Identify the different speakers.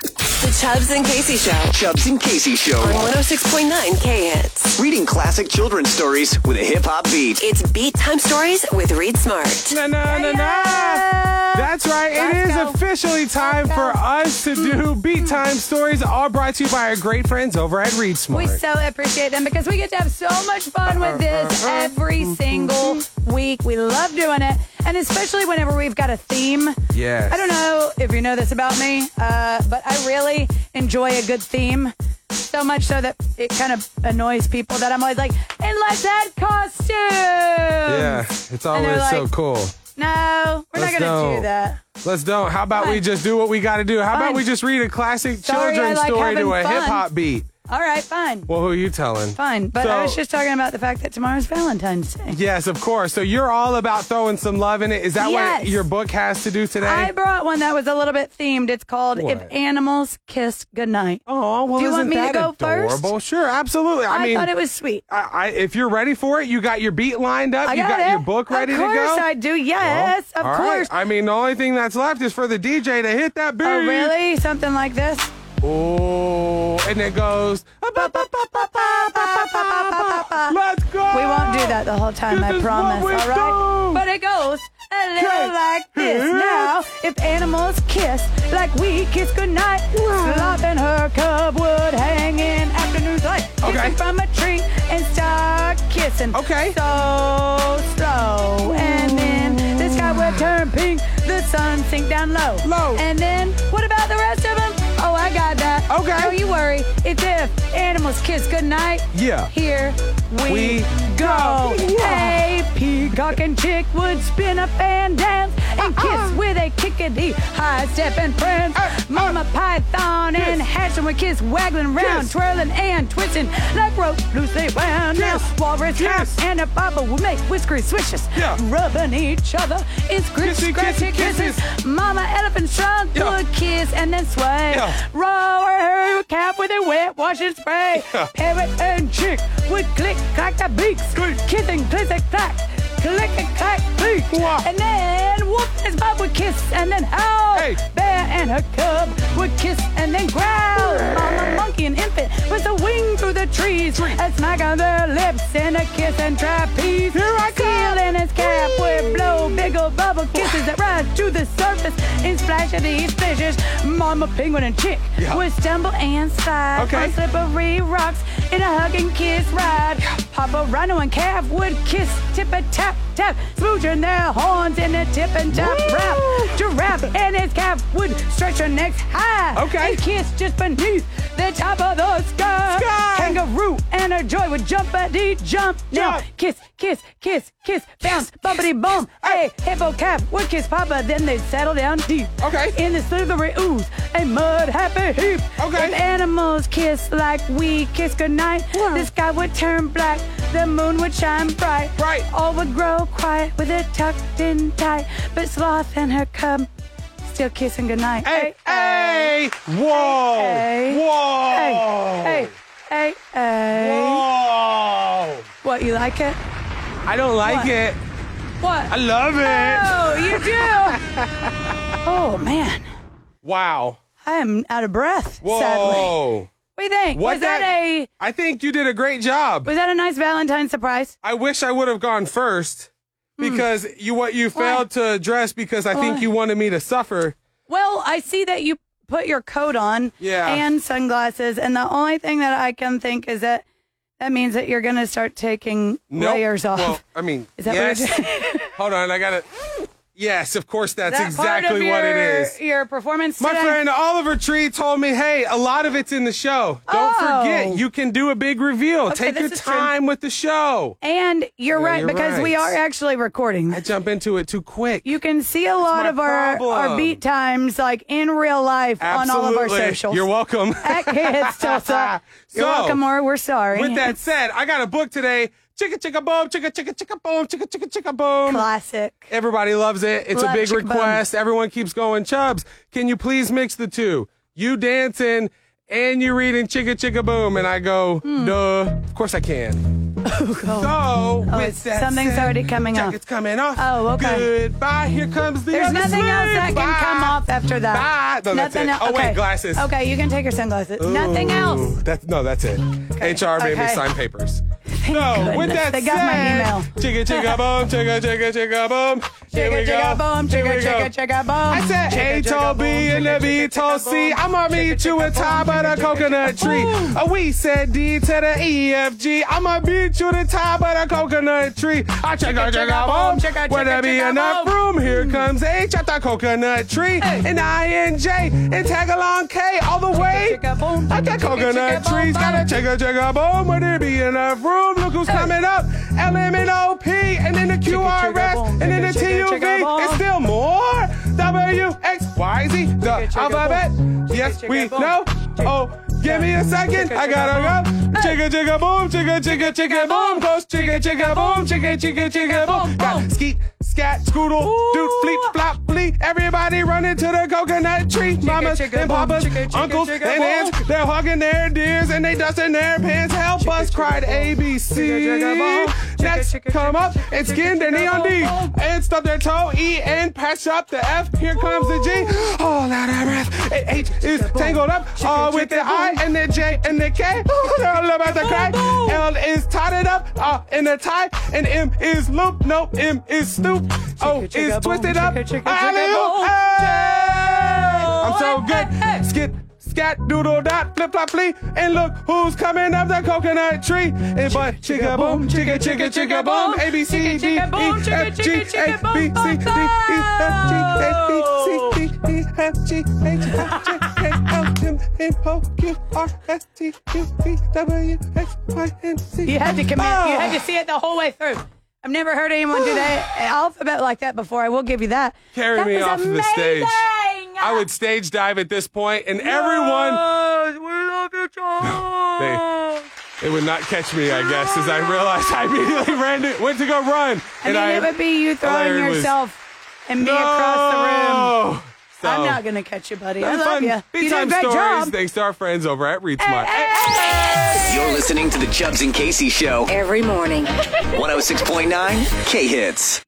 Speaker 1: The Chubbs and Casey Show oh
Speaker 2: Chubbs and Casey
Speaker 1: on
Speaker 2: Show.
Speaker 1: 106.9 K Hits.
Speaker 2: Reading classic children's stories with a hip hop beat.
Speaker 1: It's Beat Time Stories with Read Smart.
Speaker 3: Na, na, na, na. That's right. it is officially time for us to do Beat Time Stories, all brought to you by our great friends over at Read Smart.
Speaker 4: We so appreciate them because we get to have so much fun with this
Speaker 3: Uh-huh.
Speaker 4: every single week. We love doing it. And especially whenever we've got a theme.
Speaker 3: Yes.
Speaker 4: I don't know if you know this about me, uh, but I really enjoy a good theme. So much so that it kind of annoys people that I'm always like, and let's add costumes.
Speaker 3: yeah,
Speaker 4: Yeah.
Speaker 3: it's
Speaker 4: And they're
Speaker 3: always so
Speaker 4: like,
Speaker 3: cool.
Speaker 4: No, we're
Speaker 3: Let's
Speaker 4: not going to
Speaker 3: don't.
Speaker 4: do that.
Speaker 3: Let's don't. How about we
Speaker 4: Fine.
Speaker 3: just do what we got to do? How about
Speaker 4: Fine.
Speaker 3: we just read a classic
Speaker 4: Sorry, I
Speaker 3: children's
Speaker 4: like
Speaker 3: story to
Speaker 4: having
Speaker 3: a
Speaker 4: fun.
Speaker 3: hip hop beat?
Speaker 4: All right, fine.
Speaker 3: Well, who are you telling?
Speaker 4: Fine. But
Speaker 3: So-
Speaker 4: I was just talking about the fact that tomorrow's Valentine's Day.
Speaker 3: Yes, of course. So you're all about throwing some love in it. Is that
Speaker 4: Yes.
Speaker 3: what your book has to do today?
Speaker 4: I brought one that was a little bit themed. It's called
Speaker 3: What?
Speaker 4: If Animals Kiss Goodnight.
Speaker 3: oh, well,
Speaker 4: Do you
Speaker 3: isn't
Speaker 4: want me to
Speaker 3: that
Speaker 4: go first?
Speaker 3: adorable? Sure, absolutely. I,
Speaker 4: I,
Speaker 3: mean,
Speaker 4: thought it was sweet.
Speaker 3: I, I, if you're ready for it, you got your beat lined up,
Speaker 4: I
Speaker 3: you
Speaker 4: got,
Speaker 3: got
Speaker 4: it.
Speaker 3: your book ready
Speaker 4: of course
Speaker 3: to go.
Speaker 4: I do. Yes,
Speaker 3: Well,
Speaker 4: of
Speaker 3: all right.
Speaker 4: course.
Speaker 3: I mean, the only thing that's left is for the DJ to hit that beat.
Speaker 4: Oh, really? Something like this?
Speaker 3: Oh, and it goes. Let's go.
Speaker 4: We won't do that the whole time,
Speaker 3: This
Speaker 4: I
Speaker 3: is
Speaker 4: promise.
Speaker 3: what we
Speaker 4: All right?
Speaker 3: do.
Speaker 4: But it goes a little
Speaker 3: Kiss.
Speaker 4: like this. Now, if animals kiss like we kiss goodnight, Slop and her cub would hang in afternoon's light.
Speaker 3: Okay.
Speaker 4: Kissing from a tree and start kissing.
Speaker 3: Okay.
Speaker 4: So slow. And then the sky would turn pink, the sun sink down low.
Speaker 3: Low.
Speaker 4: And then what about the rest of them? Oh, I got that.
Speaker 3: Okay.
Speaker 4: Don't you worry. It's if animals kiss goodnight.
Speaker 3: Yeah.
Speaker 4: Here we,
Speaker 3: We
Speaker 4: go.
Speaker 3: go. Ah.
Speaker 4: Hey, peacock and chick would spin up and dance and kiss
Speaker 3: Uh-uh.
Speaker 4: with a kickity high step and prance.
Speaker 3: Uh,
Speaker 4: Mama python and
Speaker 3: Kiss.
Speaker 4: hatchling would kiss, waggling round,
Speaker 3: Kiss.
Speaker 4: twirling and twisting like rope loosely wound.
Speaker 3: Kiss.
Speaker 4: Now, walrus
Speaker 3: Kiss.
Speaker 4: house and a baba would make whiskery swishes,
Speaker 3: Yeah.
Speaker 4: rubbing each other in scritch,
Speaker 3: Kissy,
Speaker 4: scratchy
Speaker 3: kissy,
Speaker 4: kisses. Mama elephant shrunk
Speaker 3: Yeah.
Speaker 4: would kiss and then sway.
Speaker 3: Yeah.
Speaker 4: Rower her cap with a wet wash and spray.
Speaker 3: Yeah.
Speaker 4: Parrot and chick would click clack the beaks.
Speaker 3: Click.
Speaker 4: Kissing click clack. Click and clack click.
Speaker 3: Wah.
Speaker 4: And then whoop his bub would kiss and then howl.
Speaker 3: Hey.
Speaker 4: Bear and her cub would kiss and then growl. Mama monkey and infant with a wing through the trees. A smack on their lips and a kiss and trapeze.
Speaker 3: Here I come.
Speaker 4: Seal in his cap would blow big old bubble kisses that rise to the surface and splash at these fishes. Mama penguin and chick
Speaker 3: Yeah.
Speaker 4: would stumble and slide
Speaker 3: Okay.
Speaker 4: on slippery rocks in a hug and kiss ride. Papa rhino and calf would kiss tip a tap tap, smooching their horns in a tip and tap
Speaker 3: Woo.
Speaker 4: rap. Giraffe and his calf would stretch her necks high
Speaker 3: Okay.
Speaker 4: and kiss just beneath the top of the sky.
Speaker 3: Sky.
Speaker 4: Kangaroo and her joy would jump a dee jump. Now
Speaker 3: Jump.
Speaker 4: kiss, kiss, kiss, kiss, bounce, bumpity bump. Hey, hippo cap would kiss Papa, then they'd settle down deep.
Speaker 3: Okay.
Speaker 4: In the slithery ooze, a mud happy heap.
Speaker 3: Okay.
Speaker 4: If animals kiss like we kiss goodnight, the sky would turn black, the moon would shine bright.
Speaker 3: Bright.
Speaker 4: All would grow quiet with it tucked in tight, but Sloth and her cub still kissing goodnight.
Speaker 3: Hey, hey, whoa,
Speaker 4: Hey, hey.
Speaker 3: whoa,
Speaker 4: hey, hey, hey, hey.
Speaker 3: whoa.
Speaker 4: What, you like it?
Speaker 3: I don't like
Speaker 4: What?
Speaker 3: it.
Speaker 4: What?
Speaker 3: I love it.
Speaker 4: Oh, you do. oh man,
Speaker 3: Wow.
Speaker 4: I am out of breath.
Speaker 3: Whoa.
Speaker 4: Sadly. What do you think?
Speaker 3: What
Speaker 4: was that, a
Speaker 3: I think you did a great job.
Speaker 4: was that a nice Valentine's surprise?
Speaker 3: I wish I would have gone first because you what you
Speaker 4: Hmm. Why?
Speaker 3: failed to address because I think
Speaker 4: Why?
Speaker 3: you wanted me to suffer.
Speaker 4: Well, I see that you put your coat on
Speaker 3: Yeah.
Speaker 4: and sunglasses, and the only thing that I can think is that that means that you're gonna start taking
Speaker 3: Nope.
Speaker 4: layers off.
Speaker 3: Well, I mean,
Speaker 4: Is that
Speaker 3: yes.
Speaker 4: what
Speaker 3: Hold on, I got to Yes, of course that's
Speaker 4: that part of
Speaker 3: exactly what it
Speaker 4: your-
Speaker 3: is.
Speaker 4: Your performance
Speaker 3: My
Speaker 4: today.
Speaker 3: friend uh, Oliver Tree told me, "Hey, a lot of it's in the show. Don't
Speaker 4: Oh.
Speaker 3: forget, you can do a big reveal. Take
Speaker 4: this
Speaker 3: your
Speaker 4: is true.
Speaker 3: time with the show."
Speaker 4: And you're
Speaker 3: Yeah,
Speaker 4: right
Speaker 3: you're
Speaker 4: because we
Speaker 3: right.
Speaker 4: are actually recording.
Speaker 3: I jump into it too quick.
Speaker 4: You can see a lot
Speaker 3: my
Speaker 4: of our, our
Speaker 3: problem.
Speaker 4: beat times like in real life
Speaker 3: Absolutely.
Speaker 4: on all of our socials.
Speaker 3: You're welcome.
Speaker 4: At Kids Tulsa. You're
Speaker 3: So,
Speaker 4: welcome or we're sorry.
Speaker 3: With that said, I got a book today. Chicka chicka boom, chicka chicka chicka boom, chicka chicka chicka boom.
Speaker 4: Classic.
Speaker 3: Everybody loves it. It's
Speaker 4: Love
Speaker 3: a big
Speaker 4: chicka boom.
Speaker 3: request. Everyone keeps going. Chubs, can you please mix the two? You
Speaker 4: Hmm.
Speaker 3: dancing and you reading chicka chicka boom, and I go, duh. Of course I can. So, with
Speaker 4: Oh, it's-
Speaker 3: that
Speaker 4: something's
Speaker 3: said,
Speaker 4: already coming off.
Speaker 3: Jacket's coming off.
Speaker 4: Oh, okay.
Speaker 3: Goodbye. Here comes the
Speaker 4: There's
Speaker 3: other
Speaker 4: nothing else
Speaker 3: sleeve.
Speaker 4: that
Speaker 3: Bye.
Speaker 4: can come off after that.
Speaker 3: Bye. No, that's
Speaker 4: nothing
Speaker 3: it.
Speaker 4: el-
Speaker 3: Oh, wait,
Speaker 4: okay.
Speaker 3: glasses.
Speaker 4: Okay, you can take your sunglasses. Nothing
Speaker 3: Ooh,
Speaker 4: else.
Speaker 3: That's no, that's it. HR made me
Speaker 4: Okay.
Speaker 3: sign papers.
Speaker 4: Thank
Speaker 3: so with
Speaker 4: goodness.
Speaker 3: that
Speaker 4: They got my
Speaker 3: said,
Speaker 4: email.
Speaker 3: Chigga chigga boom, chigga chigga chigga boom. Here we
Speaker 4: Chicka,
Speaker 3: go.
Speaker 4: chicka, boom,
Speaker 3: Here we
Speaker 4: chicka,
Speaker 3: go.
Speaker 4: chicka, chicka, boom.
Speaker 3: I said A to B and a B to C. I'm gonna meet you at top of the coconut tree. Uh, we said D to the E F G. I'm gonna meet you at top of the coconut tree. I check out, check out, boom.
Speaker 4: Chicka, chicka,
Speaker 3: Where there be
Speaker 4: chicka,
Speaker 3: enough
Speaker 4: boom.
Speaker 3: room, here comes H at the coconut tree.
Speaker 4: Hey.
Speaker 3: And I and J and tag along K all the way.
Speaker 4: chicka, boom.
Speaker 3: I got
Speaker 4: Chicka,
Speaker 3: coconut
Speaker 4: chicka, boom,
Speaker 3: trees, got a
Speaker 4: boom.
Speaker 3: chicka, chicka, boom. Where there be enough room, look who's
Speaker 4: Hey.
Speaker 3: coming up. L M N O P and then the Q R S
Speaker 4: boom.
Speaker 3: and then the T
Speaker 4: Chicka,
Speaker 3: U
Speaker 4: chicka,
Speaker 3: V.
Speaker 4: boom.
Speaker 3: It's still more W X Y Z, the
Speaker 4: chicka,
Speaker 3: alphabet.
Speaker 4: boom. Chicka,
Speaker 3: Yes, we
Speaker 4: chicka, boom.
Speaker 3: know. Oh, give me a second.
Speaker 4: Chicka,
Speaker 3: I gotta go. Chicka, chicka, boom. Chicka, chicka, chicka, boom. Goes chicka, chicka, boom. Chicka, chicka, chicka, boom.
Speaker 4: boom,
Speaker 3: Got
Speaker 4: boom.
Speaker 3: skeet, scat, scoodle, doot, fleet, flop, flea. Everybody running to the coconut tree. Mamas
Speaker 4: chicka,
Speaker 3: and
Speaker 4: boom.
Speaker 3: papas,
Speaker 4: Chicka, chicka,
Speaker 3: uncles and
Speaker 4: chicka, boom.
Speaker 3: aunts. They're hugging their deers and they dusting their pants. Help us,
Speaker 4: chicka,
Speaker 3: cried
Speaker 4: boom. Chicka,
Speaker 3: ABC.
Speaker 4: chicka, boom. Chicka,
Speaker 3: Next,
Speaker 4: chicka,
Speaker 3: come
Speaker 4: chicka,
Speaker 3: up
Speaker 4: chicka,
Speaker 3: and
Speaker 4: chicka,
Speaker 3: skin their
Speaker 4: chicka,
Speaker 3: knee on
Speaker 4: boom,
Speaker 3: D.
Speaker 4: boom.
Speaker 3: And stub their toe, E, and patch up the F. Here comes the G. All out of breath. And H is tangled up uh, with the I and the J and the K. They're all about to cry. L is tied up uh, in a tie. And M is loop. No, M is stoop. O
Speaker 4: chicka,
Speaker 3: is
Speaker 4: boom.
Speaker 3: twisted up.
Speaker 4: Chicka, chicka, chicka,
Speaker 3: Alley-oop.
Speaker 4: boom.
Speaker 3: Hey! I'm so
Speaker 4: Hey, hey,
Speaker 3: good.
Speaker 4: hey.
Speaker 3: Skip. Scat doodle dot flip flop flea and look who's coming up the coconut tree and but chicka boom chicka chicka chicka boom A B C D E F G H B C D E F G H B C D E F G H I J K L M N O Q R S T U V W X Y and Z.
Speaker 4: You had to commit. You had
Speaker 3: Ah.
Speaker 4: to see it the whole way through. I've never heard anyone do that alphabet like that before. I will give you that.
Speaker 3: carry
Speaker 4: That
Speaker 3: me
Speaker 4: was
Speaker 3: off of the stage.
Speaker 4: amazing!
Speaker 3: I would stage dive at this point, and everyone. We love you, Charles. They, it would not catch me, I guess, as I realized I immediately ran to, went to go run.
Speaker 4: I mean, it would be you throwing
Speaker 3: Larry was-
Speaker 4: yourself and me
Speaker 3: no!
Speaker 4: across the room.
Speaker 3: So,
Speaker 4: I'm not gonna catch you, buddy. I
Speaker 3: that's
Speaker 4: love
Speaker 3: fun.
Speaker 4: you. You did a
Speaker 3: Bedtime
Speaker 4: great
Speaker 3: stories.
Speaker 4: job.
Speaker 3: Thanks to our friends over at Read Smart.
Speaker 2: You're listening to the Chubbs and Casey Show,
Speaker 1: Every morning.
Speaker 2: 106.9 K Hits.